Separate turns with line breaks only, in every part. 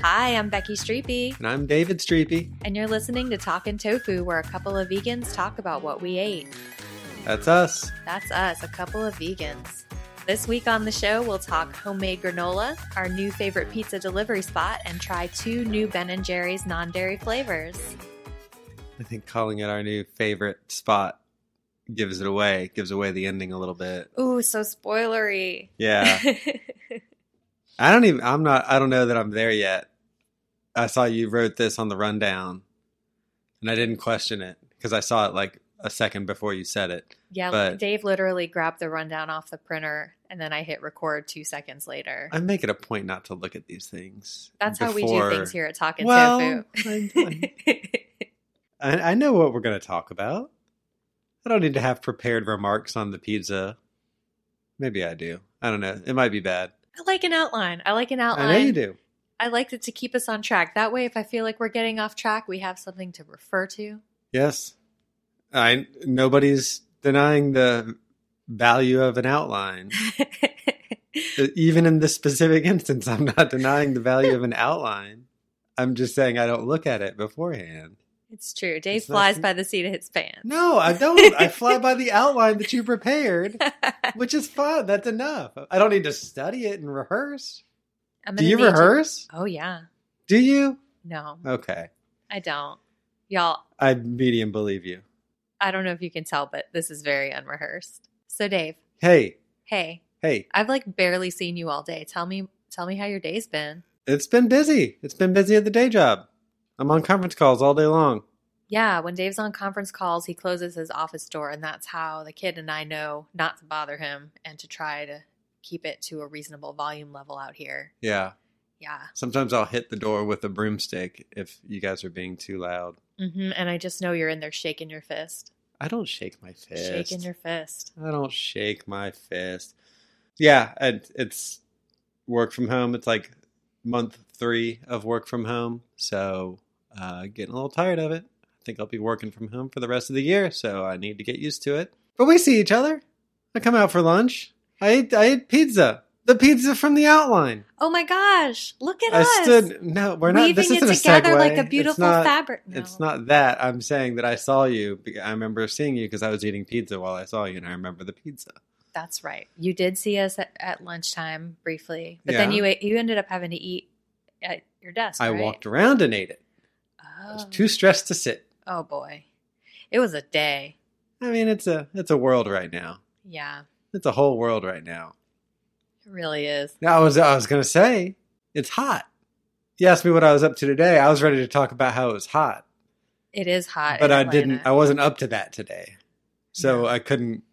Hi, I'm Becky Streepy,
And I'm David Streepy.
and you're listening to Talkin' Tofu, where a couple of vegans talk about what we ate.
That's us.
That's us, a couple of vegans. This week on the show, we'll talk homemade granola, our new favorite pizza delivery spot, and try two new Ben & Jerry's non-dairy flavors.
I think calling it our new favorite spot gives it away, gives away the ending a little bit.
Ooh, so spoilery.
Yeah. I don't even, I'm not, I don't know that I'm there yet. I saw you wrote this on the rundown and I didn't question it because I saw it like a second before you said it.
yeah,
But-
Dave literally grabbed the rundown off the printer, and then I hit record two seconds later.
I make it a point not to look at these things.
That's how we do
before-
things here at Talkin'
Well,
Tofu.
I, I know what we're going to talk about. I don't need to have prepared remarks on the pizza. Maybe I do. I don't know. It might be bad.
I like an outline. I like an outline.
I know you do.
I liked it to keep us on track. That way, if I feel like we're getting off track, we have something to refer to.
Yes. I nobody's denying the value of an outline. Even in this specific instance, I'm not denying the value of an outline. I'm just saying I don't look at it beforehand.
it's true. Dave
It's not-
flies by the seat of his pants.
No, I don't. I fly by the outline that you prepared, which is fine. That's enough. I don't need to study it and rehearse.
I'm
Do
gonna
you
need to-
rehearse?
Oh yeah.
Do you?
No,
Okay.
I don't. Y'all,
I medium believe you.
I don't know if you can tell, but this is very unrehearsed. So, Dave,
Hey,
hey,
hey,
I've like barely seen you all day. Tell me, tell me how your day's been.
it's been busy. It's been busy at the day job. I'm on conference calls all day long.
Yeah, when Dave's on conference calls, he closes his office door, and that's how the kid and I know not to bother him and to try to keep it to a reasonable volume level out here.
Yeah.
Yeah.
Sometimes I'll hit the door with a broomstick if you guys are being too loud.
hmm And I just know you're in there shaking your fist,
I don't shake my fist.
shaking your fist.
I don't shake my fist. Yeah, it, it's work from home. It's like month three of work from home, so uh, getting a little tired of it. I think I'll be working from home for the rest of the year, so I need to get used to it. But we see each other. I come out for lunch. I ate, I ate pizza. The pizza from the outline.
Oh my gosh! Look at
I
us.
stood. No, we're not. This
Weaving
isn't
it
a
together
segue.
like a
It's
beautiful
not-
fabric. No.
It's not that. I'm saying that I saw you. be- I remember seeing you because I was eating pizza while I saw you, and I remember the pizza.
That's right. You did see us at, at lunchtime briefly, but then
Yeah.
you ate- you ended up having to eat at your desk.
I
right?
walked around and ate it. I was
Oh.
too stressed to sit.
oh boy, it was a day.
I mean, it's a it's a world right now.
Yeah,
It's a whole world right now.
it really is.
Now, I was I was gonna say it's hot. You asked me what I was up to today. I was ready to talk about how it was hot,
It is hot,
but
in
I didn't.
Atlanta.
I wasn't up to that today, so
No.
I couldn't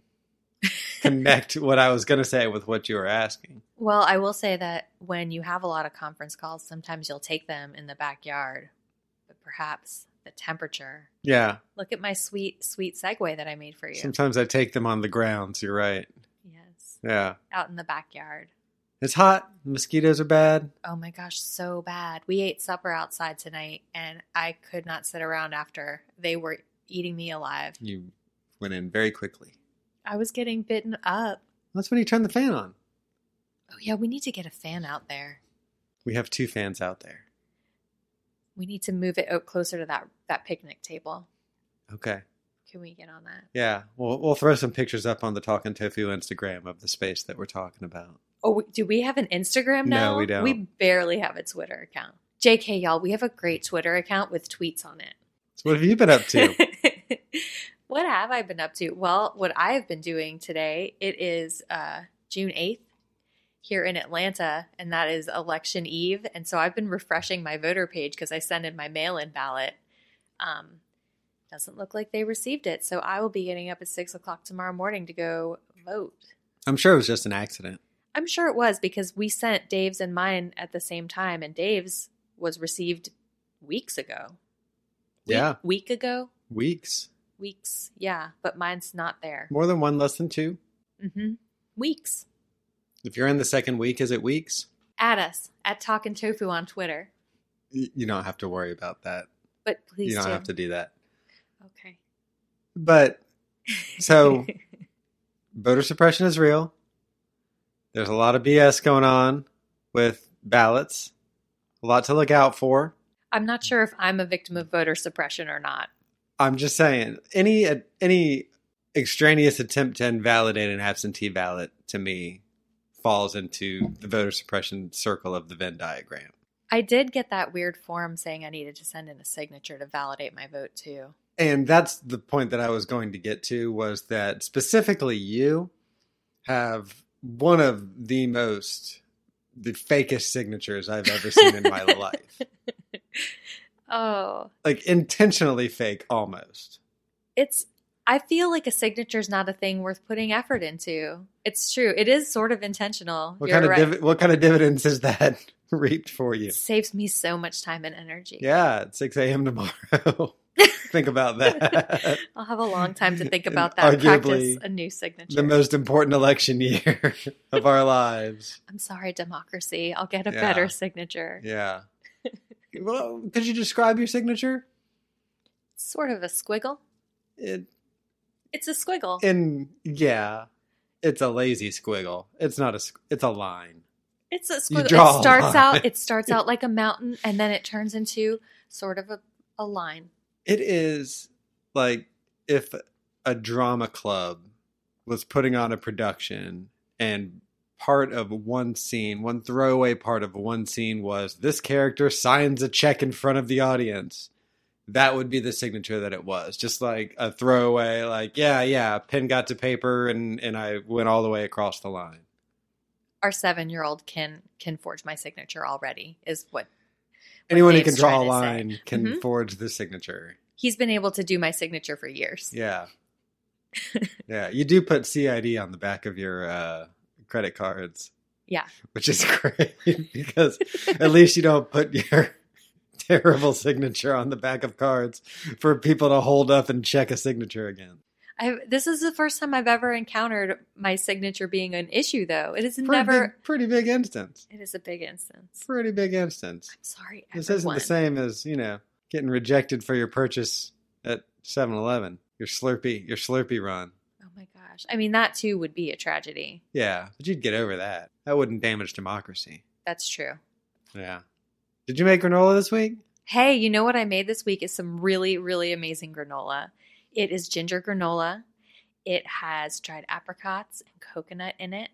connect what I was gonna say with what you were asking.
Well, I will say that when you have a lot of conference calls, sometimes you'll take them in the backyard, but perhaps the temperature.
Yeah,
Look at my sweet, sweet segue that I made for you.
sometimes I take them on the grounds. You're right.
Yes,
Yeah,
out in the backyard.
it's hot. Mosquitoes are bad.
Oh my gosh, so bad. We ate supper outside tonight and I could not sit around after. They were eating me alive.
You went in very quickly.
I was getting bitten up.
That's when you turn the fan on.
Oh, yeah, we need to get a fan out there.
We have two fans out there.
We need to move it out closer to that, that picnic table.
Okay.
Can we get on that?
Yeah, we'll we'll throw some pictures up on the Talking Tofu Instagram of the space that we're talking about.
Oh, we- do we have an Instagram
No,
now?
we don't.
We barely have a Twitter account. JK, y'all, we have a great Twitter account with tweets on it.
So what have you been up to?
what have I been up to? Well, what I have been doing today, it is uh, June 8th here in Atlanta, and that is election eve. And so I've been refreshing my voter page because I sent in my mail in ballot. Um, doesn't look like they received it. So I will be getting up at six o'clock tomorrow morning to go vote.
I'm sure it was just an accident.
I'm sure it was because we sent Dave's and mine at the same time, and Dave's was received weeks ago. Week-
Yeah,
Week ago?
weeks.
Weeks. Yeah. But mine's not there.
More than one, less than two.
hmm Weeks.
If you're in the second week, is it weeks?
At us at Talkin' Tofu on Twitter.
Y- You don't have to worry about that.
But please
you don't
do.
have to do that.
Okay.
But so voter suppression is real. There's a lot of BS going on with ballots. A lot to look out for.
I'm not sure if I'm a victim of voter suppression or not.
I'm just saying any any extraneous attempt to invalidate an absentee ballot to me falls into the voter suppression circle of the Venn diagram.
I did get that weird form saying I needed to send in a signature to validate my vote, too.
And that's the point that I was going to get to was that specifically you have one of the most the fakest signatures I've ever seen in my life.
Oh.
Like intentionally fake almost.
it's I feel like a signature is not a thing worth putting effort into. It's true. It is sort of intentional.
What
You're
kind
right.
of div- what kind of dividends does that reap for you?
It saves me so much time and energy.
Yeah, at 6 a.m. tomorrow. Think about that.
I'll have a long time to think
And
about that. and Practice
arguably
a new signature.
the most important election year of our lives.
I'm sorry, democracy. I'll get a
Yeah.
better signature.
Yeah. Well, could you describe your signature?
Sort of a squiggle.
It,
It's a squiggle.
and yeah, it's a lazy squiggle. It's not a. squ- It's a line.
it's a
you
squiggle. It
draw a
starts
line.
out. It starts out like a mountain, and then it turns into sort of a, a line.
It is like if a drama club was putting on a production and part of one scene, one throwaway part of one scene was this character signs a check in front of the audience. That would be the signature that it was. Just like a throwaway, like, yeah, yeah, pen got to paper and, and I went all the way across the line.
Our seven year old can can forge my signature already. Is what
Anyone who can
Dave's
draw a
trying
line can
Mhm.
forge the signature.
he's been able to do my signature for years.
Yeah. yeah. You do put CID on the back of your uh, credit cards,
Yeah.
which is great because at least you don't put your terrible signature on the back of cards for people to hold up and check a signature again.
I've, this is the first time I've ever encountered my signature being an issue, though. It is
Pretty
never.
Big, pretty big instance.
It is a big instance.
Pretty big instance.
I'm sorry, everyone.
This isn't the same as, you know, getting rejected for your purchase at 7 Eleven, your Slurpee, your Slurpee run.
Oh my gosh! I mean, that too would be a tragedy.
Yeah, but you'd get over that. That wouldn't damage democracy.
That's true.
Yeah. Did you make granola this week?
Hey, you know what I made this week is some really, really amazing granola. It is ginger granola. It has dried apricots and coconut in it,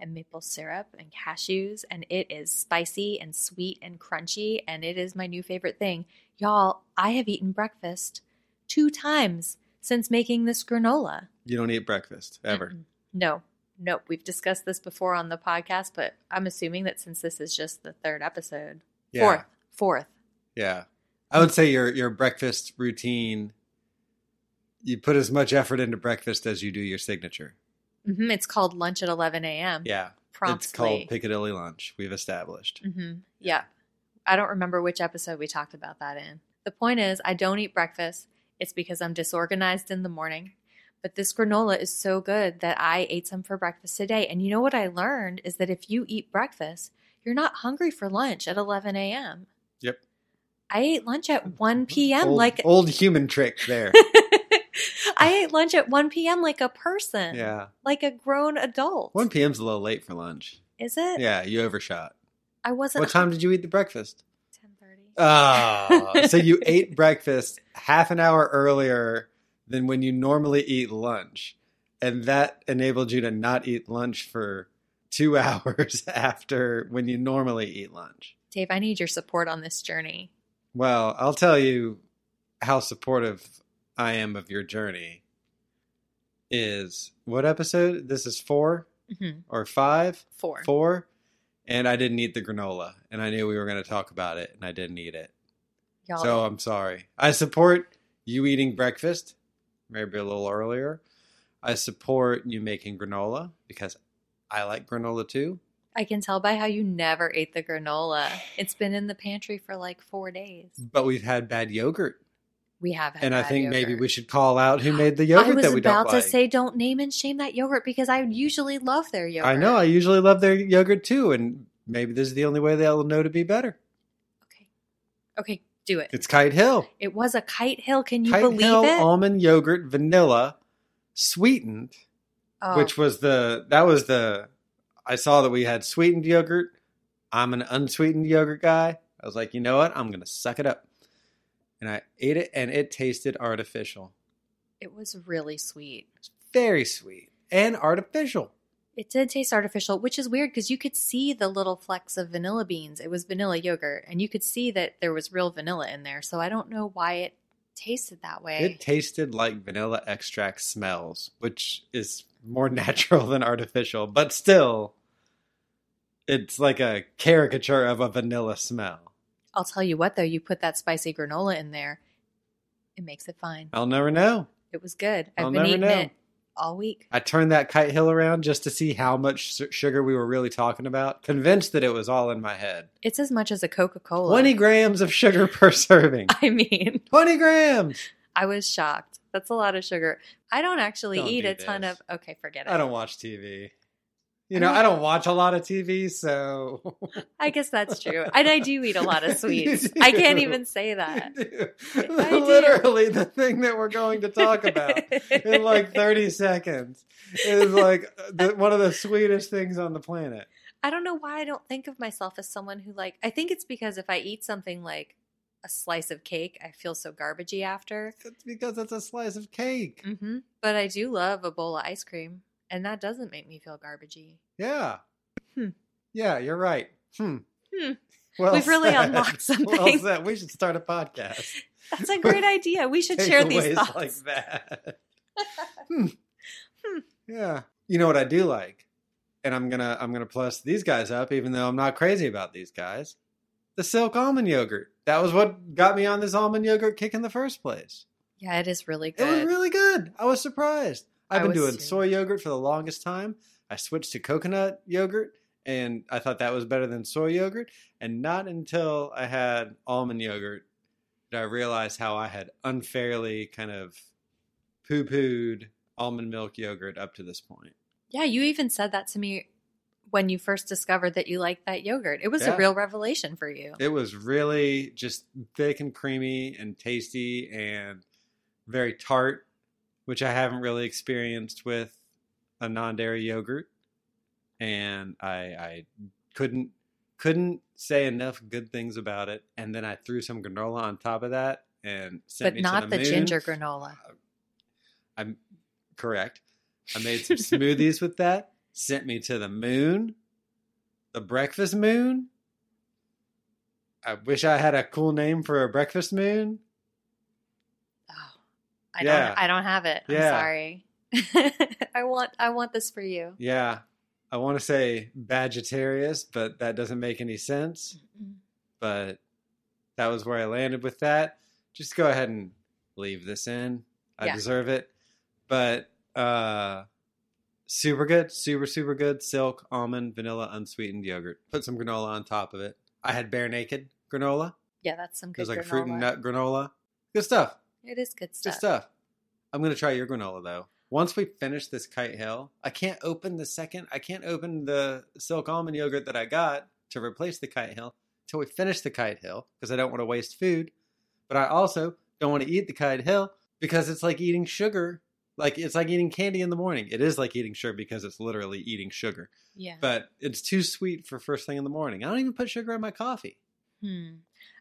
and maple syrup and cashews, and it is spicy and sweet and crunchy, and it is my new favorite thing. Y'all, I have eaten breakfast two times since making this granola.
You don't eat breakfast ever.
Mm-mm. No, nope. We've discussed this before on the podcast, but I'm assuming that since this is just the third episode,
Yeah.
fourth, fourth.
Yeah. I would say your your breakfast routine you put as much effort into breakfast as you do your signature.
hmm It's called lunch at 11 a.m.
Yeah.
promptly.
It's called Piccadilly lunch. We've established.
hmm Yeah. I don't remember which episode we talked about that in. The point is, I don't eat breakfast. It's because I'm disorganized in the morning. But this granola is so good that I ate some for breakfast today. And you know what I learned is that if you eat breakfast, you're not hungry for lunch at 11 a.m.
Yep. Mm-hmm.
I ate lunch at 1 p.m.
old,
like
old human trick there.
I ate lunch at 1 p.m. like a person.
yeah.
Like a grown adult.
1 p.m.'s a little late for lunch.
Is it?
Yeah, you overshot.
I wasn't
What time did you eat the breakfast?
10:30.
Oh, so you ate breakfast half an hour earlier than when you normally eat lunch. And that enabled you to not eat lunch for two hours after when you normally eat lunch.
Dave, I need your support on this journey.
Well, I'll tell you how supportive I am of your journey. Is what episode? This is four
Mhm.
or five?
Four.
Four. And I didn't eat the granola, and I knew we were going to talk about it, and I didn't eat it.
Y'all,
So I'm sorry. I support you eating breakfast, maybe a little earlier. I support you making granola because I like granola too.
I can tell by how you never ate the granola. It's been in the pantry for like four days.
But we've had bad yogurt,
We have, had
and I
bad
think maybe
yogurt.
we should call out who made the
I
yogurt
was
that we
about
don't
to
like.
say, don't name and shame that yogurt because I usually love their yogurt.
I know. I usually love their yogurt too, and maybe this is the only way they'll know to be better.
okay, okay, do it.
It's Kite Hill.
It was a kite hill. Can you
Kite
believe
Hill
it?
almond yogurt, vanilla, sweetened.
Oh,
which was the that was the I saw that we had sweetened yogurt. I'm an unsweetened yogurt guy. I was like, you know what? I'm gonna suck it up. And I ate it, and it tasted artificial,
it was really sweet.
very sweet and artificial.
It did taste artificial, which is weird because you could see the little flecks of vanilla beans. It was vanilla yogurt, and you could see that there was real vanilla in there. So I don't know why it tasted that way.
It tasted like vanilla extract smells, which is more natural than artificial, but still, it's like a caricature of a vanilla smell.
I'll tell you what, though, you put that spicy granola in there, it makes it fine.
I'll never know.
It was good. I've
I'll
been
never
eating
know.
it all week.
I turned that kite hill around just to see how much su- sugar we were really talking about, convinced that it was all in my head.
It's as much as a Coca Cola.
20 grams of sugar per serving.
I mean,
20 grams!
I was shocked. That's a lot of sugar. I don't actually
Don't
eat
do
a ton
this.
of. Okay, forget it.
I don't watch TV. You know, I don't watch a lot of TV, so.
I guess that's true. And I do eat a lot of
You
sweets.
do.
I can't even say that.
You do.
I do.
Literally, the thing that we're going to talk about in like 30 seconds is like the, one of the sweetest things on the planet.
I don't know why I don't think of myself as someone who like I think it's because if I eat something like a slice of cake, I feel so garbagey after.
That's because that's a slice of cake.
hmm But I do love a bowl of ice cream, and that doesn't make me feel garbagey.
Yeah.
Hmm.
Yeah, you're right. Hmm.
Hmm.
Well
We've really
said.
unlocked something.
Well said. We should start a podcast.
That's a great idea. We should share these
Takeaways
thoughts.
like that. Hmm. Yeah. You know what I do like, and I'm gonna I'm gonna plus these guys up, even though I'm not crazy about these guys. The silk almond yogurt. That was what got me on this almond yogurt kick in the first place.
Yeah, it is really
It
good.
was really good. I was surprised.
I
I've been
was
doing
too.
soy yogurt for the longest time. I switched to coconut yogurt and I thought that was better than soy yogurt. And not until I had almond yogurt did I realize how I had unfairly kind of poo pooed almond milk yogurt up to this point.
yeah, you even said that to me when you first discovered that you liked that yogurt. It was
Yeah.
a real revelation for you.
It was really just thick and creamy and tasty and very tart, which I haven't really experienced with a non-dairy yogurt. And I, I couldn't couldn't say enough good things about it. And then I threw some granola on top of that and sent
but
me to
not
the,
the,
moon. Uh,
ginger granola.
I'm correct. I made some smoothies with that. Sent me to the moon, the breakfast moon. I wish I had a cool name for a breakfast moon.
Oh, I
Yeah.
don't. I don't have it.
Yeah.
I'm sorry. I want. I want this for you.
Yeah, I want to say Bagitarius, but that doesn't make any sense. But that was where I landed with that. Just go ahead and leave this in. I
Yeah.
deserve it. But uh super good, super super good silk almond vanilla unsweetened yogurt. Put some granola on top of it. I had bare naked granola.
Yeah, that's some
It
good
was like
granola.
fruit and nut granola. Good stuff.
It is good stuff.
Good stuff. I'm gonna try your granola though. Once we finish this kite hill, I can't open the second. I can't open the silk almond yogurt that I got to replace the kite hill until we finish the kite hill because I don't want to waste food. But I also don't want to eat the kite hill because it's like eating sugar. Like it's like eating candy in the morning. It is like eating sugar because it's literally eating sugar.
Yeah.
But it's too sweet for first thing in the morning. I don't even put sugar in my coffee.
hmm.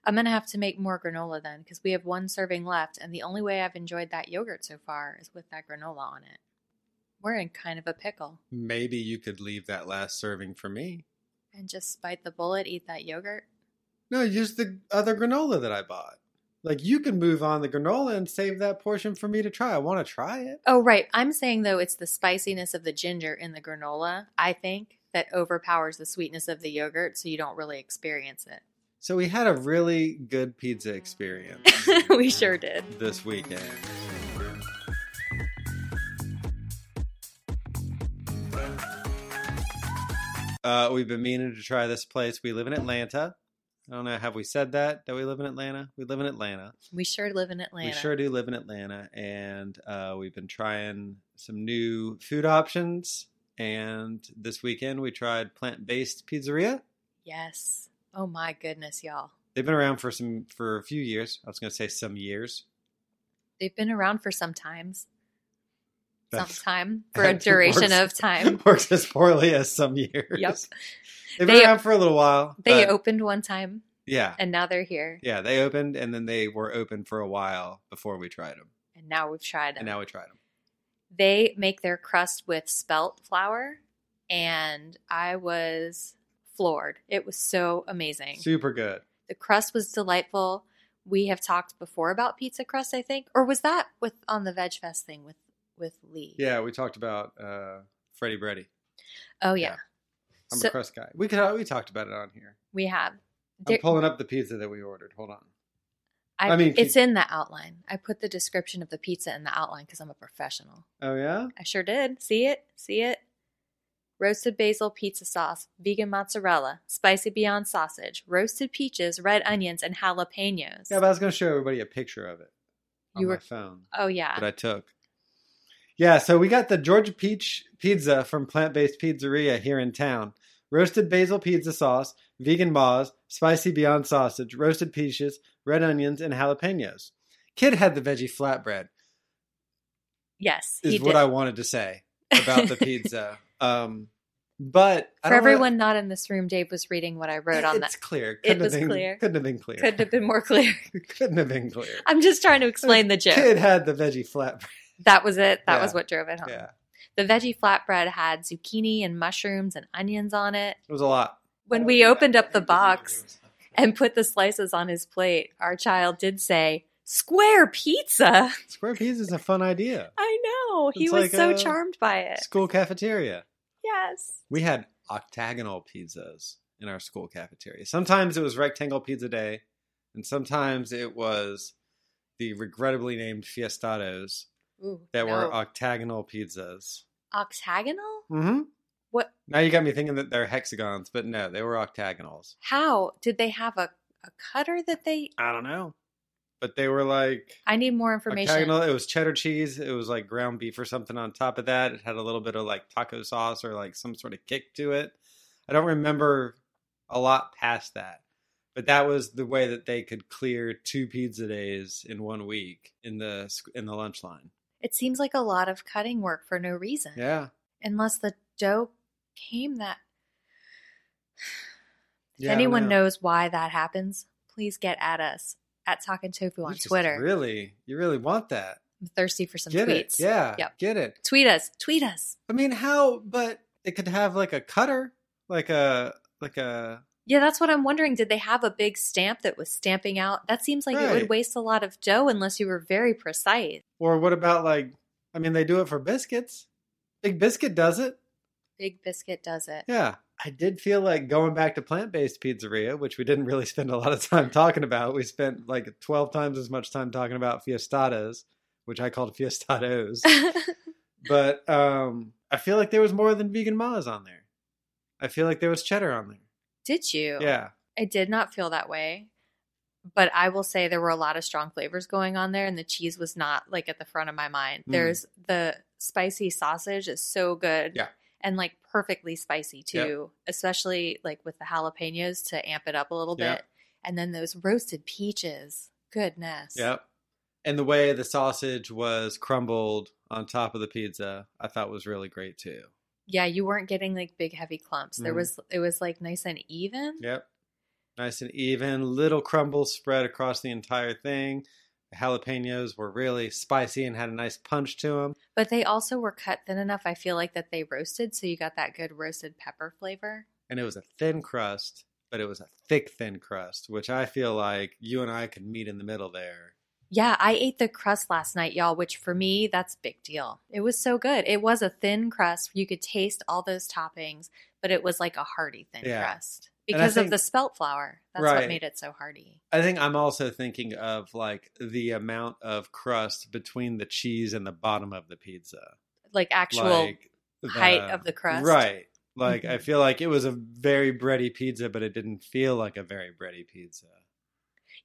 I'm going to have to make more granola then because we have one serving left. And the only way I've enjoyed that yogurt so far is with that granola on it. We're in kind of a pickle.
Maybe you could leave that last serving for me.
And just bite the bullet, eat that yogurt.
No, use the other granola that I bought. Like you can move on the granola and save that portion for me to try. I want to try it.
Oh, right. I'm saying, though, it's the spiciness of the ginger in the granola, I think, that overpowers the sweetness of the yogurt. So you don't really experience it.
So we had a really good pizza experience
we
Mm.
sure did.
this weekend. Uh, we've been meaning to try this place. We live in Atlanta. I don't know. Have we said that? That we live in Atlanta? We live in Atlanta.
We sure live in Atlanta.
We sure do live in Atlanta, and uh, we've been trying some new food options. And this weekend, we tried plant based pizzeria.
Yes. Oh, my goodness, y'all.
They've been around for some for a few years. I was going to say some years.
They've been around for some times. Some
That's-
time for a
that
duration
works-
of time.
works as poorly as some years.
Yep.
They've been
They-
around for a little while.
They
but-
opened one time
Yeah.
and now they're here.
Yeah, they opened and then they were open for a while before we tried them.
And now we've tried them.
And now we tried them.
they make their crust with spelt flour and I was floored. It was so amazing.
Super good.
the crust was delightful. We have talked before about pizza crust, I think. Or was that with on the Veg Fest thing with with Lee?
Yeah, we talked about uh, Freddie Breddy.
Oh yeah.
Yeah. I'm
So-
a crust guy. We could we talked about it on here.
We have.
I'm
There-
pulling up the pizza that we ordered. Hold on.
I,
I mean,
it's in the outline. I put the description of the pizza in the outline because I'm a professional.
Oh yeah,
I sure did. See it? See it? Roasted basil pizza sauce, vegan mozzarella, spicy Beyond sausage, roasted peaches, red onions, and jalapenos.
yeah. But I was going to show everybody a picture of it on
You
my
were-
phone
oh yeah,
that I took. Yeah, so we got the Georgia Peach Pizza from Plant Based Pizzeria here in town. Roasted basil pizza sauce, vegan moz, spicy Beyond sausage, roasted peaches, red onions, and jalapenos. Kid had the veggie flatbread.
yes,
Is
he
what
did.
I wanted to say about the pizza. Um, but
For
I don't wanna-
everyone not in this room, Dave was reading what I wrote on
it's
that.
clear.
It
Couldn't have
was
been,
clear.
Couldn't have been clear.
Couldn't have been more clear.
Couldn't have been clear.
I'm just trying to explain the joke.
Kid had the veggie flatbread.
That was it. That
Yeah.
was what drove it home.
Yeah,
The veggie flatbread had zucchini and mushrooms and onions on it.
it was a lot.
When we opened up the box and put the slices on his plate, our child did say, Square pizza.
Square peas is a fun idea.
I know. He
It's
was
like
so
a-
charmed by it.
School cafeteria.
Yes.
We had octagonal pizzas in our school cafeteria. Sometimes it was rectangle pizza day, and sometimes it was the regrettably named fiestados
Ooh,
that
no.
were uh, octagonal pizzas.
octagonal?
Mm-hmm.
What?
Now you got me thinking that they're hexagons, but no, they were octagonals.
How did they have a, a cutter that they?
I don't know, but they were like
I need more information.
Octagonal. It was cheddar cheese. It was like ground beef or something on top of that. It had a little bit of like taco sauce or like some sort of kick to it. I don't remember a lot past that, but that was the way that they could clear two pizza days in one week in the sc- in the lunch line.
It seems like a lot of cutting work for no reason,
Yeah,
unless the dough came that. If
Yeah, I don't
anyone
know.
knows why that happens, please get at us at Talkin' Tofu
You
on
just
Twitter.
Really, you really want that?
I'm thirsty for some
get
tweets.
it? Yeah,
Yep.
get it.
Tweet us. Tweet us.
I mean, how? But it could have like a cutter, like a like a.
Yeah, that's what I'm wondering. Did they have a big stamp that was stamping out? That seems like it would
Right.
waste a lot of dough unless you were very precise.
Or what about like? I mean, they do it for biscuits. Big biscuit does it.
Big Biscuit does it.
Yeah. I did feel like going back to plant based pizzeria, which we didn't really spend a lot of time talking about. We spent like 12 times as much time talking about fiestadas, which I called fiestados. but um, I feel like there was more than vegan ma's on there. I feel like there was cheddar on there.
Did you?
Yeah.
I did not feel that way. But I will say there were a lot of strong flavors going on there, and the cheese was not like at the front of my mind.
Mm.
There's the spicy sausage is so good.
Yeah.
And like perfectly spicy too, especially like with the jalapenos to amp it up a little
Yeah.
bit. And then those roasted peaches. Goodness.
Yep. And the way the sausage was crumbled on top of the pizza, I thought was really great too.
Yeah, you weren't getting like big heavy clumps. There
Mhm.
was it was like nice and even.
Yep. Nice and even, little crumbles spread across the entire thing. The jalapenos were really spicy and had a nice punch to them.
But they also were cut thin enough, I feel like, that they roasted. So you got that good roasted pepper flavor.
And it was a thin crust, but it was a thick, thin crust, which I feel like you and I could meet in the middle there.
Yeah, I ate the crust last night, y'all, which for me, that's a big deal. It was so good. It was a thin crust. You could taste all those toppings, but it was like a hearty thin
Yeah.
crust
And I
because
think-
of the spelt flour. That's
Right.
what made it so hearty.
I think I'm also thinking of like the amount of crust between the cheese and the bottom of the pizza.
Like actual.
the-
height of the crust.
Right. Like I
Mhm.
feel like it was a very bready pizza, but it didn't feel like a very bready pizza.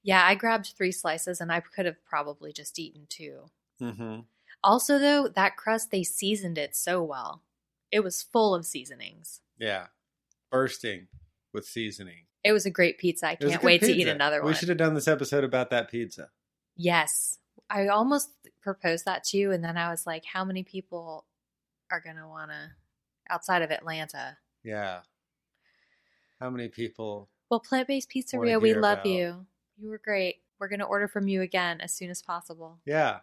Yeah, I grabbed three slices and I could have probably just eaten two.
Mm-hmm.
Also, though, that crust, they seasoned it so well. It was full of seasonings.
Yeah. Bursting with seasoning.
It was a great pizza. I
It was a
can't
good
wait to eat
pizza.
another one.
We should have done this episode about that pizza.
Yes. I almost proposed that to you. And then I was like, how many people are going to want to, outside of Atlanta?
Yeah. How many people?
Well, Plant Based
Wanna
Pizzeria, we
hear
love
about-
you. You were great. We're going to order from you again as soon as possible.
Yeah.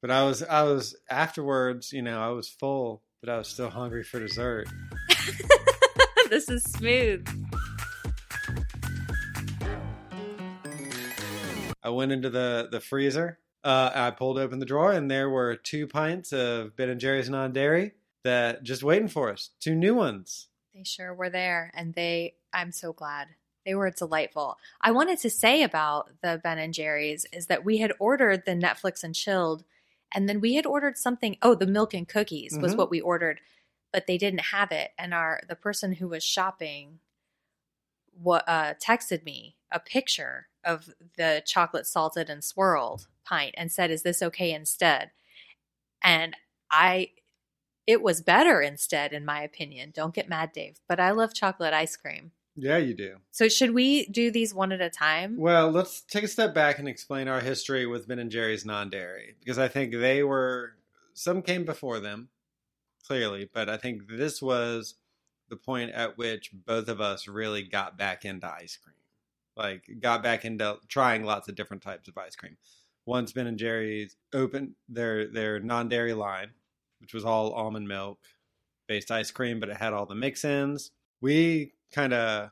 But I was, I was afterwards, you know, I was full, but I was still hungry for dessert.
this is smooth.
I went into the the freezer. Uh, I pulled open the drawer, and there were two pints of Ben and Jerry's non-dairy that just waiting for us. Two new ones.
They sure were there, and they I'm so glad. They were delightful. I wanted to say about the Ben and Jerry's is that we had ordered the Netflix and chilled, and then we had ordered something. Oh, the milk and cookies was
Mhm.
what we ordered, but they didn't have it. And our the person who was shopping, what uh, texted me a picture of the chocolate salted and swirled pint and said, "Is this okay instead?" And I it was better instead, in my opinion. Don't get mad, Dave, but I love chocolate ice cream.
Yeah, you do.
So, should we do these one at a time?
Well, let's take a step back and explain our history with Ben and Jerry's non-dairy because I think they were some came before them, clearly, but I think this was the point at which both of us really got back into ice cream. Like got back into trying lots of different types of ice cream. Once Ben and Jerry's opened their their non-dairy line, which was all almond milk based ice cream, but it had all the mix-ins. We kind of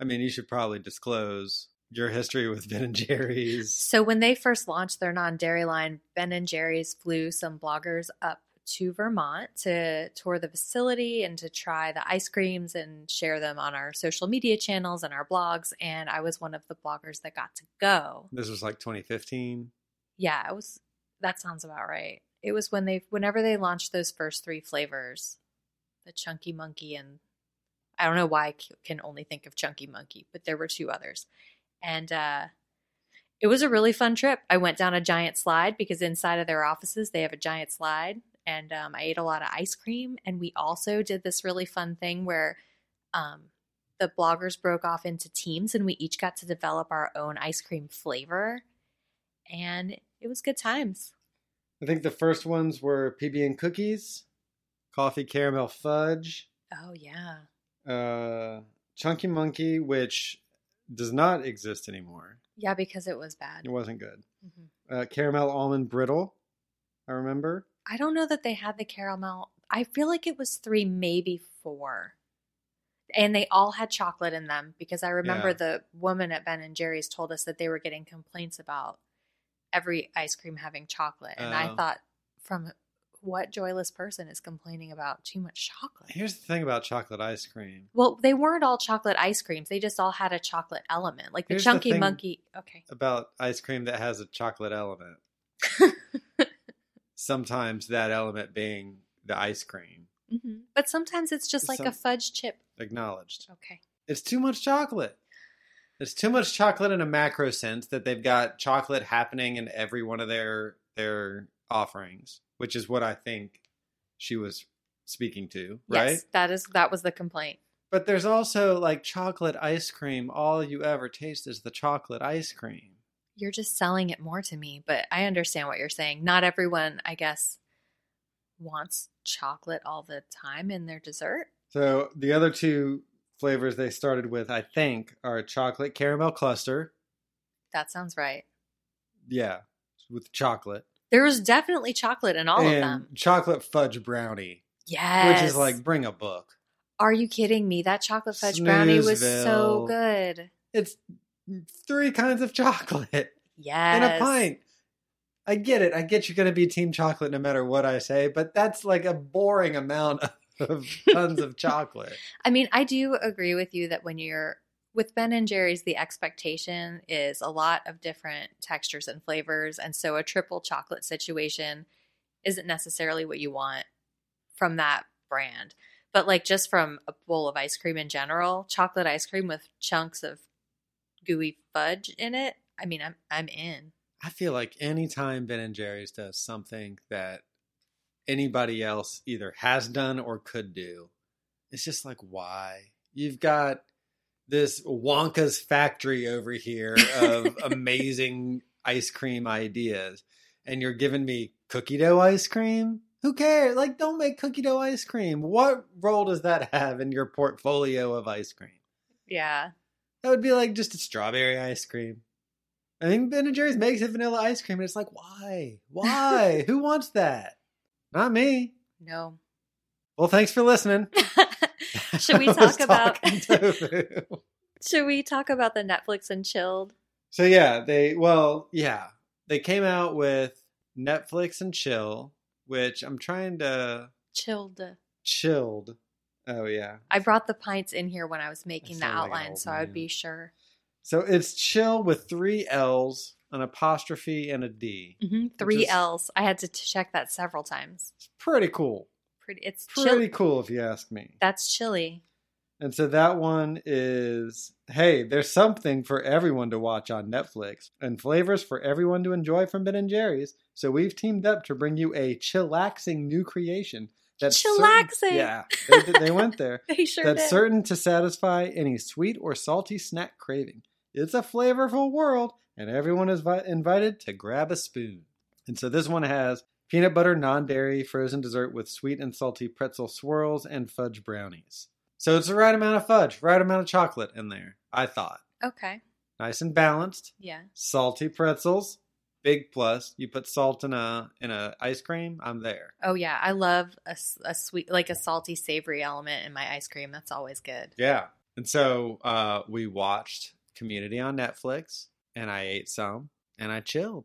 I mean, you should probably disclose your history with Ben and Jerry's.
So, when they first launched their non dairy line, Ben and Jerry's flew some bloggers up to Vermont to tour the facility and to try the ice creams and share them on our social media channels and our blogs. And I was one of the bloggers that got to go.
This was like 2015.
Yeah, it was. That sounds about right. It was when they, whenever they launched those first three flavors, the Chunky Monkey and I don't know why I c- can only think of Chunky Monkey, but there were two others, and uh, it was a really fun trip. I went down a giant slide because inside of their offices they have a giant slide, and um, I ate a lot of ice cream, and we also did this really fun thing where. Um, the bloggers broke off into teams and we each got to develop our own ice cream flavor and it was good times.
I think the first ones were PB and cookies, coffee caramel fudge,
Oh yeah.
uh, chunky monkey, which does not exist anymore.
Yeah, because it was bad.
It wasn't good.
Mhm.
Uh, caramel almond brittle. I remember.
I don't know that they had the caramel. I feel like it was 3 maybe 4. And they all had chocolate in them because I remember
Yeah.
the woman at Ben and Jerry's told us that they were getting complaints about every ice cream having chocolate. And I
Oh.
thought from what joyless person is complaining about too much chocolate?
Here's the thing about chocolate ice cream.
well, they weren't all chocolate ice creams. They just all had a chocolate element. Like the
Here's the
chunky
thing-
monkey. Okay.
About ice cream that has a chocolate element. Sometimes that element being the ice cream.
hmm But sometimes it's just like a
Some-
fudge chip.
Acknowledged.
Okay.
It's too much chocolate. It's too much chocolate in a macro sense that they've got chocolate happening in every one of their their offerings, which is what I think she was speaking to, right?
Yes, that is that was the complaint.
But there's also like chocolate ice cream. All you ever taste is the chocolate ice cream.
You're just selling it more to me, but I understand what you're saying. Not everyone, I guess, wants chocolate all the time in their dessert.
So the other two flavors they started with, I think, are chocolate caramel cluster.
That sounds right.
Yeah, with chocolate.
There was definitely chocolate in all
and
of them.
chocolate fudge brownie,
Yes.
which is like bring a book.
are you kidding me? That chocolate fudge brownie was so
Snoozeville.
good.
It's three kinds of chocolate
Yes.
and a pint. I get it. I get you're going to be team chocolate no matter what I say, but that's like a boring amount of tons of chocolate.
I mean, I do agree with you that when you're with Ben and Jerry's, the expectation is a lot of different textures and flavors. And so a triple chocolate situation isn't necessarily what you want from that brand. But like just from a bowl of ice cream in general, chocolate ice cream with chunks of gooey fudge in it. I mean, I'm I'm in.
I feel like anytime Ben and Jerry's does something that anybody else either has done or could do, it's just like, why? You've got this Wonka's factory over here of amazing ice cream ideas, and you're giving me cookie dough ice cream? Who cares? Like, don't make cookie dough ice cream. What role does that have in your portfolio of ice cream?
Yeah.
That would be like just a strawberry ice cream. I think Ben and Jerry's makes a vanilla ice cream, and it's like, why? Why? Who wants that? Not me.
No.
Well, thanks for listening.
should we
I was
talk about
talking to you.
should we talk about the Netflix and chilled?
so yeah, they well, yeah, they came out with Netflix and Chill, which I'm trying to
Chilled.
chilled. Oh yeah,
I brought the pints in here when I was making the
sound like an
outline,
old
so I would
man.
be sure.
so it's chill with three L's, an apostrophe, and a D.
Three
Just-
L's. I had to t- check that several times.
It's pretty cool.
Pretty. It's
Pretty
chilly.
cool, if you ask me.
That's chilly.
And so that one is hey, there's something for everyone to watch on Netflix and flavors for everyone to enjoy from Ben and Jerry's. So we've teamed up to bring you a chillaxing new creation. That's certain-
Chillaxing.
yeah, they, did- they went there.
They sure
that's
did.
certain to satisfy any sweet or salty snack craving. It's a flavorful world, and everyone is vi- invited to grab a spoon. And so this one has peanut butter non dairy frozen dessert with sweet and salty pretzel swirls and fudge brownies. So it's the right amount of fudge, right amount of chocolate in there, I thought.
Okay.
Nice and balanced.
Yeah.
Salty pretzels, big plus. You put salt in a in a ice cream, I'm there.
Oh yeah, I love a, s- a sweet, like a salty, savory element in my ice cream. That's always good.
Yeah. And so uh, we watched Community on Netflix, and I ate some, and I chilled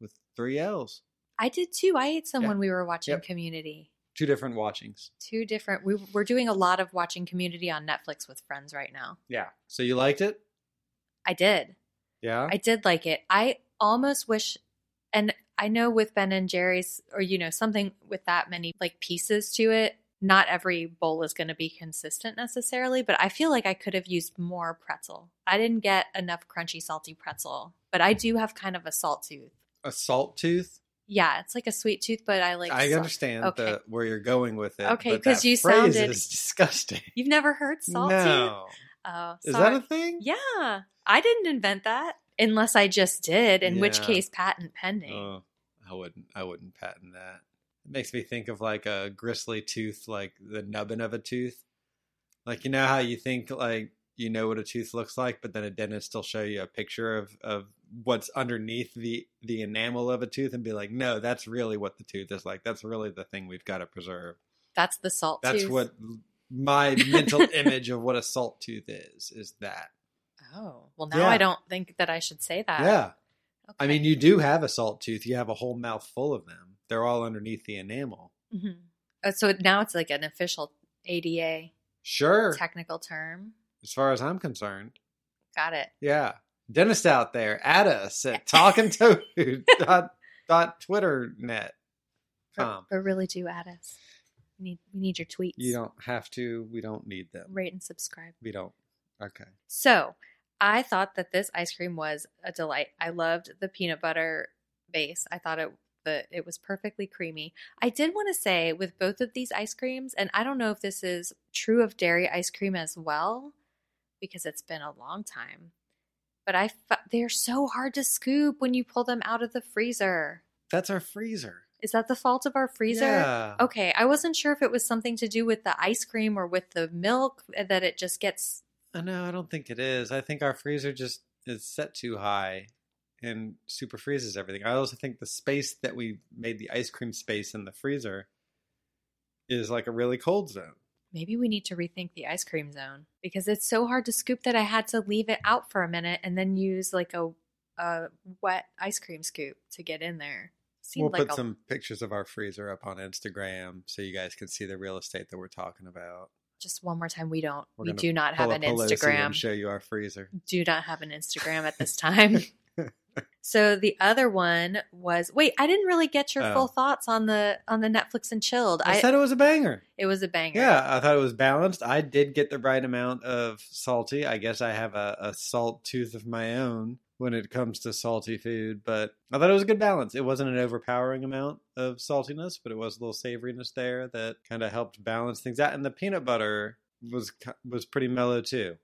with three L's,
I did too. I ate some
Yeah.
when we were watching
Yep.
Community.
two different watchings.
Two different. We, we're doing a lot of watching Community on Netflix with friends right now.
Yeah. So you liked it?
I did.
Yeah.
I did like it. I almost wish, and I know with Ben and Jerry's, or you know, something with that many like pieces to it, not every bowl is going to be consistent necessarily, but I feel like I could have used more pretzel. I didn't get enough crunchy, salty pretzel, but I do have kind of a salt tooth.
a salt tooth.
Yeah, it's like a sweet tooth, but I like.
I
salt.
understand
Okay.
the, where you're going with it.
Okay,
but
'cause
that
you
phrase
sounded-
is disgusting.
You've never heard salt tooth?
No.
Oh,
Is
sorry.
that a thing?
Yeah, I didn't invent that, unless I just did, in which
Yeah.
case patent pending.
Oh, I wouldn't. I wouldn't patent that. It makes me think of like a gristly tooth, like the nubbin of a tooth. Like you know how you think like you know what a tooth looks like, but then a dentist will show you a picture of of what's underneath the the enamel of a tooth and be like, no, that's really what the tooth is like. That's really the thing we've got to preserve.
That's the salt
That's
tooth.
what my mental image of what a salt tooth is. Is that?
Oh, well, now
Yeah.
I don't think that I should say that.
yeah. I
Okay.
mean, you do have a salt tooth. You have a whole mouth full of them. They're all underneath the enamel.
Mhm. Uh, so now it's like an official ADA
Sure.
technical term.
as far as I'm concerned.
Got it.
Yeah. Dentist out there, at us at talking toad dot, dot twitter net.
But,
Um,
but really do add us. We need, we need your tweets.
you don't have to. We don't need them.
Rate and subscribe.
We don't. Okay.
So I thought that this ice cream was a delight. I loved the peanut butter base. I thought it the it was perfectly creamy. I did want to say with both of these ice creams, and I don't know if this is true of dairy ice cream as well, because it's been a long time. But I fe- they're so hard to scoop when you pull them out of the freezer.
That's our freezer.
Is that the fault of our freezer? Oh.
Yeah.
Okay, I wasn't sure if it was something to do with the ice cream or with the milk uh, that it just gets.
Uh, No, I don't think it is. I think our freezer just is set too high and super freezes everything. I also think the space that we made the ice cream space in the freezer is like a really cold zone.
Maybe we need to rethink the ice cream zone because it's so hard to scoop that I had to leave it out for a minute and then use like a a wet ice cream scoop to get in there. Seemed
we'll
like
put
a,
some pictures of our freezer up on Instagram so you guys can see the real estate that we're talking about.
just one more time. We don't.
We're
we
gonna
do not have
Pull a
an
Pelosi
Instagram.
and show you our freezer.
do not have an Instagram at this time. so the other one was wait, I didn't really get your
Oh.
full thoughts on the on the Netflix and chilled.
I,
I,
said it was a banger.
it was a banger.
Yeah, I thought it was balanced. I did get the right amount of salty. I guess I have a, a salt tooth of my own when it comes to salty food, but I thought it was a good balance. It wasn't an overpowering amount of saltiness, but it was a little savoriness there that kind of helped balance things out. And the peanut butter was ki- was pretty mellow too.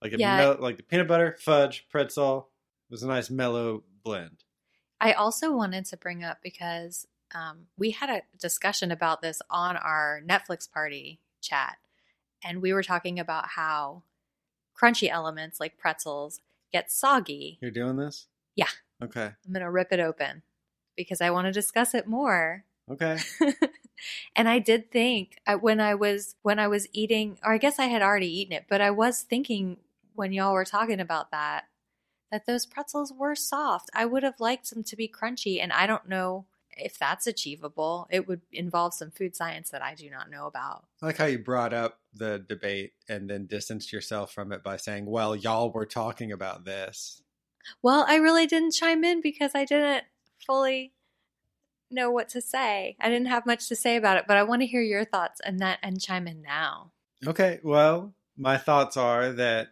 Like it
Yeah.
mel- like the peanut butter, fudge, pretzel was a nice mellow blend.
I also wanted to bring up because um, we had a discussion about this on our Netflix party chat, and we were talking about how crunchy elements like pretzels get soggy.
You're doing this?
Yeah.
Okay.
I'm gonna rip it open because I want to discuss it more.
Okay.
and I did think I, when I was when I was eating, or I guess I had already eaten it, but I was thinking when y'all were talking about that that those pretzels were soft. I would have liked them to be crunchy, and I don't know if that's achievable. It would involve some food science that I do not know about.
I like how you brought up the debate and then distanced yourself from it by saying, "Well, y'all were talking about this."
Well, I really didn't chime in because I didn't fully know what to say. I didn't have much to say about it, but I want to hear your thoughts and that and chime in now.
Okay, well, my thoughts are that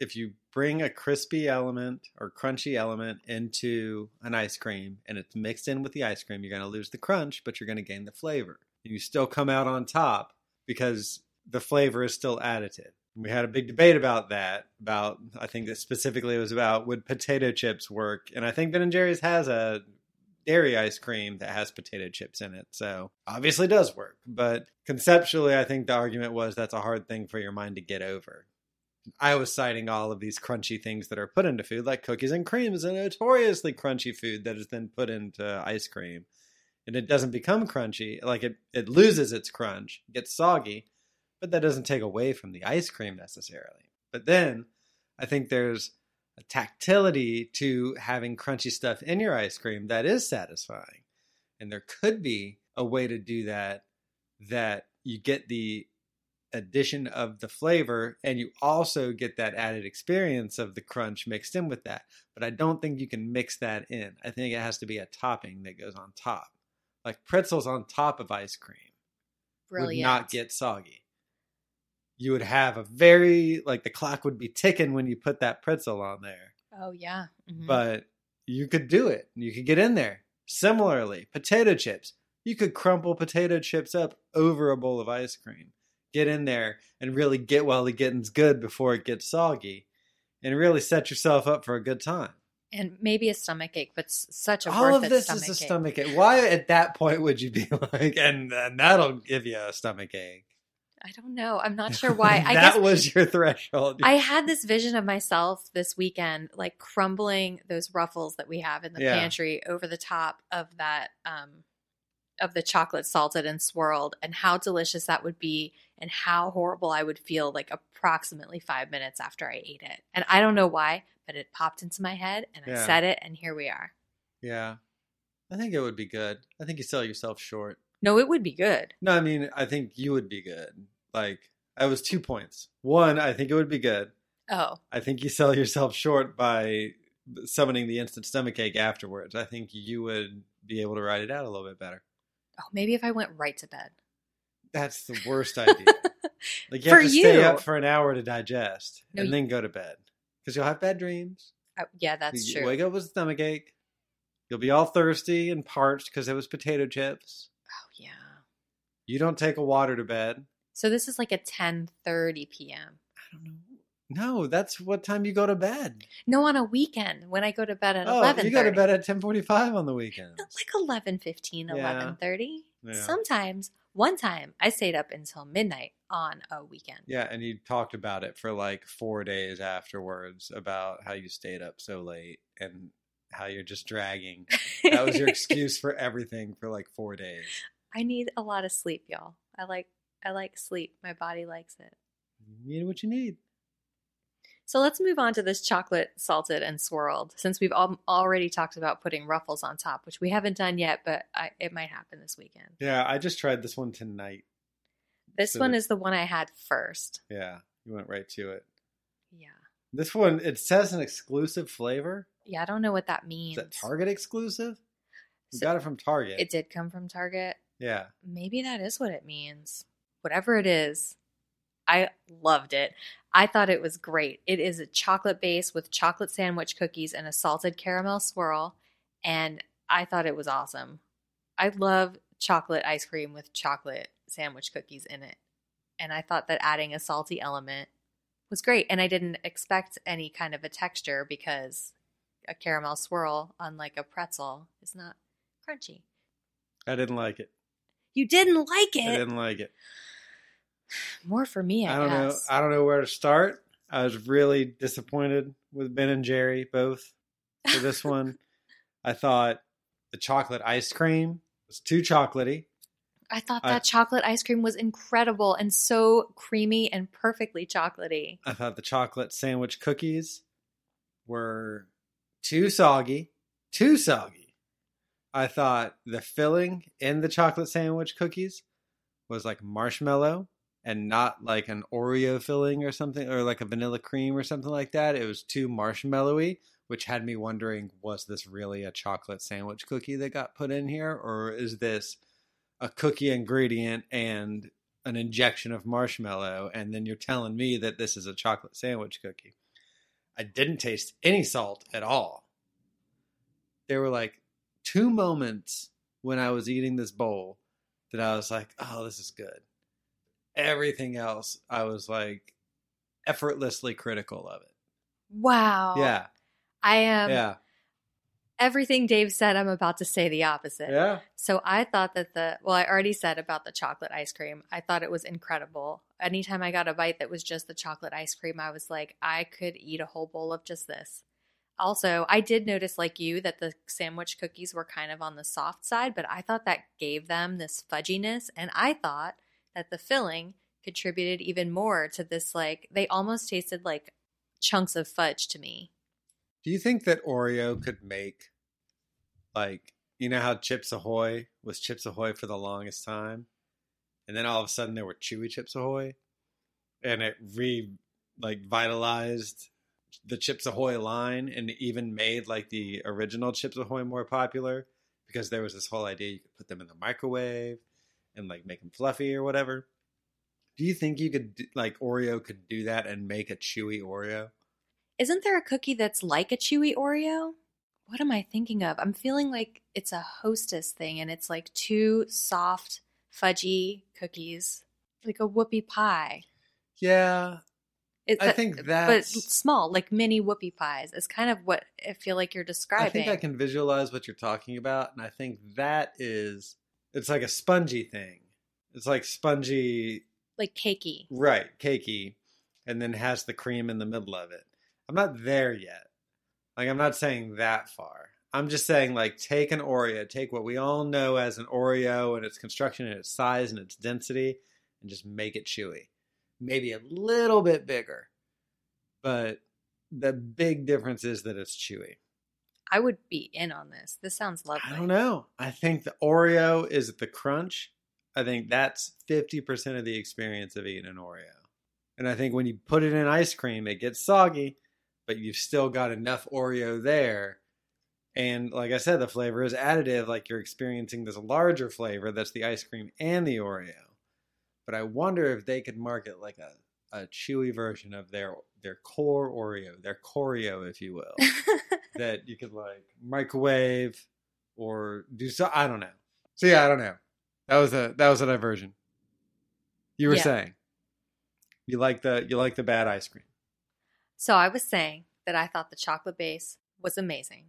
if you bring a crispy element or crunchy element into an ice cream and it's mixed in with the ice cream, you're going to lose the crunch, but you're going to gain the flavor. You still come out on top because the flavor is still additive. We had a big debate about that. About I think that specifically it was about would potato chips work, and I think Ben and Jerry's has a dairy ice cream that has potato chips in it. So obviously does work. But conceptually, I think the argument was that's a hard thing for your mind to get over. I was citing all of these crunchy things that are put into food, like cookies and cream is a notoriously crunchy food that is then put into ice cream. And it doesn't become crunchy, like it, it loses its crunch, gets soggy, but that doesn't take away from the ice cream necessarily. But then I think there's a tactility to having crunchy stuff in your ice cream that is satisfying. And there could be a way to do that that you get the addition of the flavor and you also get that added experience of the crunch mixed in with that. But I don't think you can mix that in. I think it has to be a topping that goes on top. Like pretzels on top of ice cream
Brilliant.
would not get soggy. You would have a very like the clock would be ticking when you put that pretzel on there,
Oh yeah. Mhm.
but you could do it. You could get in there. Similarly, potato chips. You could crumple potato chips up over a bowl of ice cream. Get in there and really get while the getting's good before it gets soggy, and really set yourself up for a good time.
and maybe a stomach ache, but s- such a
All
worth
of
it
this
stomach
is a
ache.
stomach ache. Why at that point would you be like, and, and that'll give you a stomach ache?
I don't know. I'm not sure why. I
that
guess
was your threshold.
I had this vision of myself this weekend, like crumbling those ruffles that we have in the
Yeah.
pantry over the top of that, um, of the chocolate salted and swirled, and how delicious that would be, and how horrible I would feel like approximately five minutes after I ate it. And I don't know why, but it popped into my head, and I
Yeah.
said it, and here we are.
yeah, I think it would be good. I think you sell yourself short.
No, it would be good.
No, I mean, I think you would be good. Like, I was two points. One, I think it would be good.
Oh,
I think you sell yourself short by summoning the instant stomach ache afterwards. I think you would be able to ride it out a little bit better.
oh, maybe if I went right to bed.
That's the worst idea. Like, you
For
have to stay
you.
up for an hour to digest
No,
and
you-
then go to bed because you'll have bad dreams.
I, Oh, yeah, that's
you
true.
Wake up with a stomach ache. You'll be all thirsty and parched because it was potato chips.
Oh, yeah.
You don't take a water to bed.
So this is like a 10:30 p.m.
I don't know. No, that's what time you go to bed.
No, on a weekend when I go to bed at
oh,
eleven.
you go to bed at ten forty-five on the weekends.
like 11
Yeah.
11.30
Yeah.
sometimes one time i stayed up until midnight on a weekend
Yeah, and you talked about it for like four days afterwards about how you stayed up so late and how you're just dragging. That was your excuse for everything for like four days.
i need a lot of sleep y'all i like i like sleep my body likes it
You need what you need.
so let's move on to this chocolate salted and swirled since we've al- already talked about putting ruffles on top which we haven't done yet but I, it might happen this weekend
Yeah, I just tried this one tonight.
this
So
one
the-
is the one i had first
Yeah, you went right to it.
yeah
This one, it says an exclusive flavor.
yeah i don't know what that means
Is that Target exclusive? We
So-
got it from Target.
it did come from target
yeah.
maybe that is what it means. Whatever it is, I loved it. I thought it was great. It is a chocolate base with chocolate sandwich cookies and a salted caramel swirl, and I thought it was awesome. I love chocolate ice cream with chocolate sandwich cookies in it. And I thought that adding a salty element was great. And I didn't expect any kind of a texture because a caramel swirl, unlike a pretzel, is not crunchy.
I didn't like it.
You didn't like it.
I didn't like it.
More for me, I,
I don't
guess.
know. I don't know where to start. I was really disappointed with Ben and Jerry both for this one. I thought the chocolate ice cream was too chocolatey.
I, thought
I-
that chocolate ice cream was incredible and so creamy and perfectly chocolatey.
I thought the chocolate sandwich cookies were too soggy, too soggy. I thought the filling in the chocolate sandwich cookies was like marshmallow and not like an Oreo filling or something or like a vanilla cream or something like that. It was too marshmallowy, which had me wondering was this really a chocolate sandwich cookie that got put in here or is this a cookie ingredient and an injection of marshmallow and then you're telling me that this is a chocolate sandwich cookie. I didn't taste any salt at all. There were like two moments when I was eating this bowl that I was like, oh, this is good. Everything else, I was like effortlessly critical of it.
Wow.
yeah.
I am
yeah.
everything Dave said, I'm about to say the opposite.
Yeah.
So I thought that the well, I already said about the chocolate ice cream. I thought it was incredible. Anytime I got a bite that was just the chocolate ice cream, I was like, I could eat a whole bowl of just this. Also, I did notice, like you, that the sandwich cookies were kind of on the soft side, but I thought that gave them this fudginess. And I thought that the filling contributed even more to this, like, they almost tasted like chunks of fudge to me.
Do you think that Oreo could make like you know how Chips Ahoy was Chips Ahoy for the longest time? And then all of a sudden there were chewy Chips Ahoy and it re like vitalized the Chips Ahoy line and even made like the original Chips Ahoy more popular because there was this whole idea you could put them in the microwave and like make them fluffy or whatever. Do you think you could d- like Oreo could do that and make a chewy Oreo?
Isn't there a cookie that's like a chewy Oreo? What am I thinking of? I'm feeling like it's a hostess thing and it's like two soft, fudgy cookies, like a whoopie pie.
Yeah,
It's
I
that-
think
But
that's-
small, like mini whoopie pies. It's kind of what I feel like you're describing.
I think I can visualize what you're talking about, and I think that is it's like a spongy thing. It's like spongy,
Like cakey.
right, cakey, and then has the cream in the middle of it. I'm not there yet. Like I'm not saying that far. I'm just saying like take an Oreo, take what we all know as an Oreo and its construction and its size and its density, and just make it chewy. Maybe a little bit bigger. But the big difference is that it's chewy.
I would be in on this. This sounds lovely.
I don't know. I think the Oreo is the crunch. I think that's 50% of the experience of eating an Oreo. And I think when you put it in ice cream, it gets soggy, but you've still got enough Oreo there. And like I said, the flavor is additive. Like you're experiencing this larger flavor that's the ice cream and the Oreo. But I wonder if they could market like a, a chewy version of their their core Oreo, their Coreo, if you will that you could like microwave or do so I don't know. So yeah, I don't know. That was a that was a diversion. You were
Yeah.
saying you like the you like the bad ice cream.
So I was saying that I thought the chocolate base was amazing.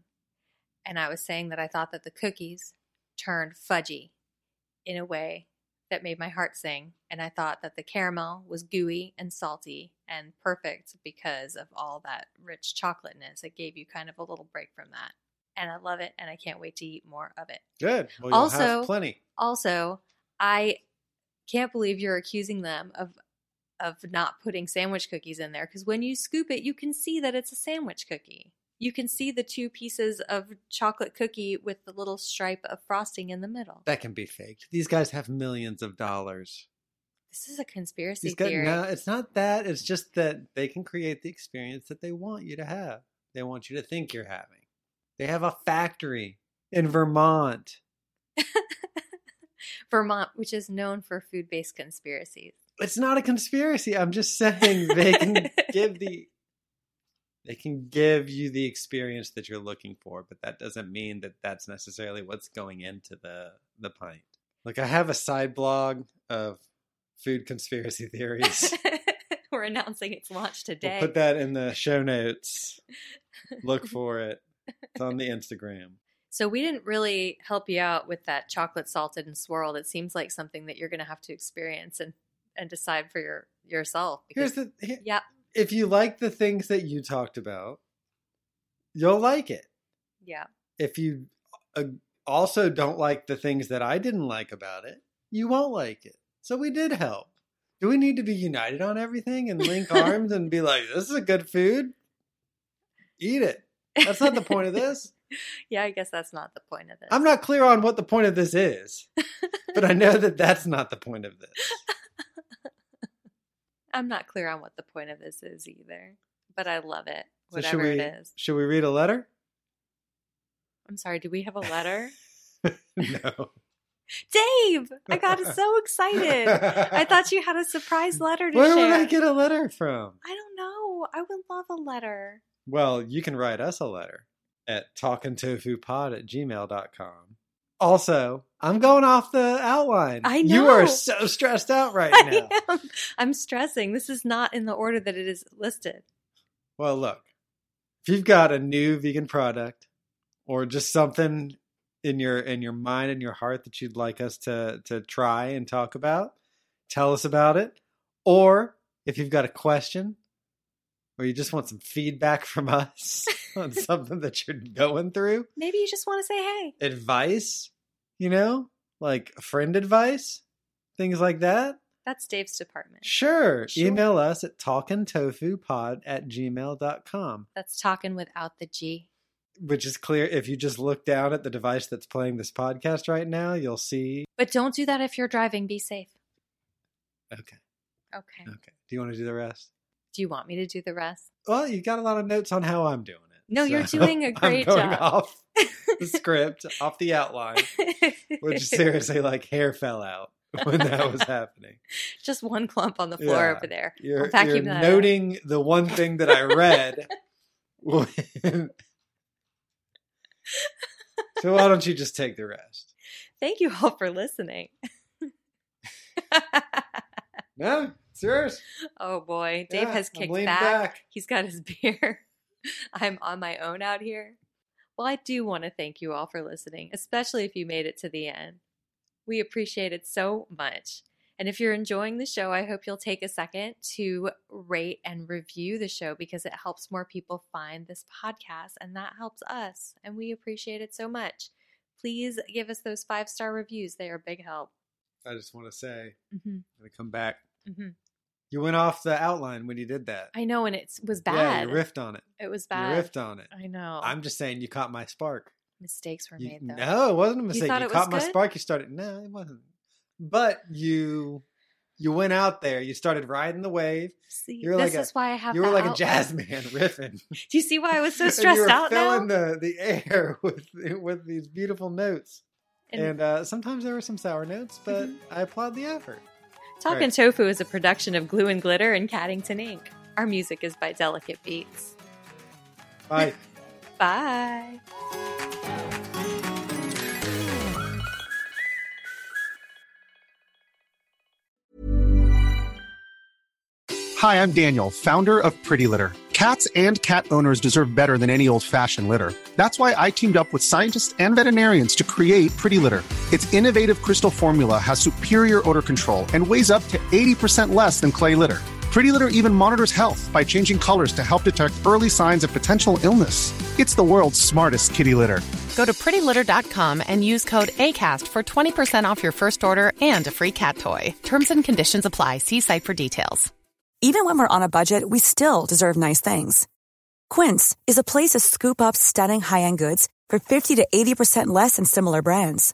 And I was saying that I thought that the cookies turned fudgy in a way that made my heart sing. And I thought that the caramel was gooey and salty and perfect because of all that rich chocolateness. It gave you kind of a little break from that. And I love it. And I can't wait to eat more of it.
Good. Well, you'll have
Also-
plenty.
Also, I can't believe you're accusing them of of not putting sandwich cookies in there because when you scoop it, you can see that it's a sandwich cookie. You can see the two pieces of chocolate cookie with the little stripe of frosting in the middle.
That can be faked. These guys have millions of dollars.
This is a conspiracy
These guys,
theory.
no, it's not that. It's just that they can create the experience that they want you to have. They want you to think you're having. They have a factory in Vermont.
Vermont, which is known for food based conspiracies.
It's not a conspiracy. I'm just saying they can give the they can give you the experience that you're looking for, but that doesn't mean that that's necessarily what's going into the the pint. Like I have a side blog of food conspiracy theories.
We're announcing its launch
We'll
today.
put that in the show notes. Look for it. It's on the Instagram.
So we didn't really help you out with that chocolate salted and swirled. It seems like something that you're going to have to experience and and decide for your yourself.
Here's the here,
yeah,
if you like the things that you talked about, you'll like it.
yeah,
If you uh, also don't like the things that I didn't like about it, you won't like it. So we did help. Do we need to be united on everything and link arms and be like, this is a good food? Eat it. That's not the point of this.
yeah. I guess that's not the point of this.
I'm not clear on what the point of this is, but I know that that's not the point of this.
I'm not clear on what the point of this is either, but I love it.
So should
Whatever
we,
it is.
Should we read a letter?
I'm sorry. Do we have a letter,
no.
Dave? I got so excited. I thought you had a surprise letter to
Where
share.
would I get a letter from?
I don't know. I would love a letter.
Well, you can write us a letter at talkingtofupod at gmail.com. Also, I'm going off the outline.
I
You are
know.
so stressed out right now.
I am. I'm stressing. This is not in the order that it is listed.
Well, look, if you've got a new vegan product or just something in your in your mind and your heart that you'd like us to to try and talk about, tell us about it. Or if you've got a question or you just want some feedback from us on something that you're going through,
Maybe you just want to say hey.
advice, you know, like friend advice, things like that.
That's Dave's department.
Sure.
Sure.
Email us at talkingtofupod at gmail.com.
That's talking without the G.
which is clear if you just look down at the device that's playing this podcast right now you'll see
But don't do that if you're driving. Be safe.
okay
Okay.
okay do you want to do the rest
Do you want me to do the rest?
well you got a lot of notes on how i'm doing it
No, you're doing a
I'm
great
going
job.
off the script off the outline which seriously like hair fell out when that was happening
Just one clump on the floor
Yeah.
over there.
you're,
I'll vacuum
you're
that up.
noting the one thing that i read when- so why don't you just take the rest
Thank you all for listening.
no it's yours
oh boy, Dave
Yeah,
has
I'm
kicked
leaning
back.
back.
He's got his beer. I'm on my own out here. Well, I do want to thank you all for listening, especially if you made it to the end. We appreciate it so much. And if you're enjoying the show, I hope you'll take a second to rate and review the show because it helps more people find this podcast and that helps us. And we appreciate it so much. Please give us those five star reviews, they are a big help.
i just want to say
hmm
I'm gonna come back.
hmm
You went off the outline when you did that.
I know, and it was
Yeah,
bad.
you riffed on it.
it was
You
bad.
riffed on it.
I know.
I'm just saying you caught my spark.
Mistakes were
You-
made, though.
no, it wasn't a mistake. You,
thought it was
caught my
good?
spark. You started. No, it wasn't. But you you went out there. You started riding the wave.
See,
You were
this
like a-
is why I have.
you were
that
like a
out-
jazz man riffing.
Do you see why I was so
And
stressed
you were
out now?
filling the the air with with these beautiful notes. And,
And Mm-hmm.
uh, sometimes there were some sour notes, but I applaud the effort.
Talkin'
Right.
Tofu is a production of Glue and Glitter and Caddington Inc. Our music is by Delicate Beats.
Bye.
Bye.
Hi, I'm Daniel, founder of Pretty Litter.
Cats and cat owners deserve better than any old fashioned litter. That's why I teamed up with scientists and veterinarians to create Pretty Litter. Its innovative crystal formula has superior odor control and weighs up to 80% less than clay litter. Pretty Litter even monitors health by changing colors to help detect early signs of potential illness. It's the world's smartest kitty litter.
Go to prettylitter.com and use code ACAST for 20% off your first order and a free cat toy. Terms and conditions apply. See site for details.
Even when we're on a budget, we still deserve nice things. Quince is a place to scoop up stunning high end goods for 50 to 80% less than similar brands.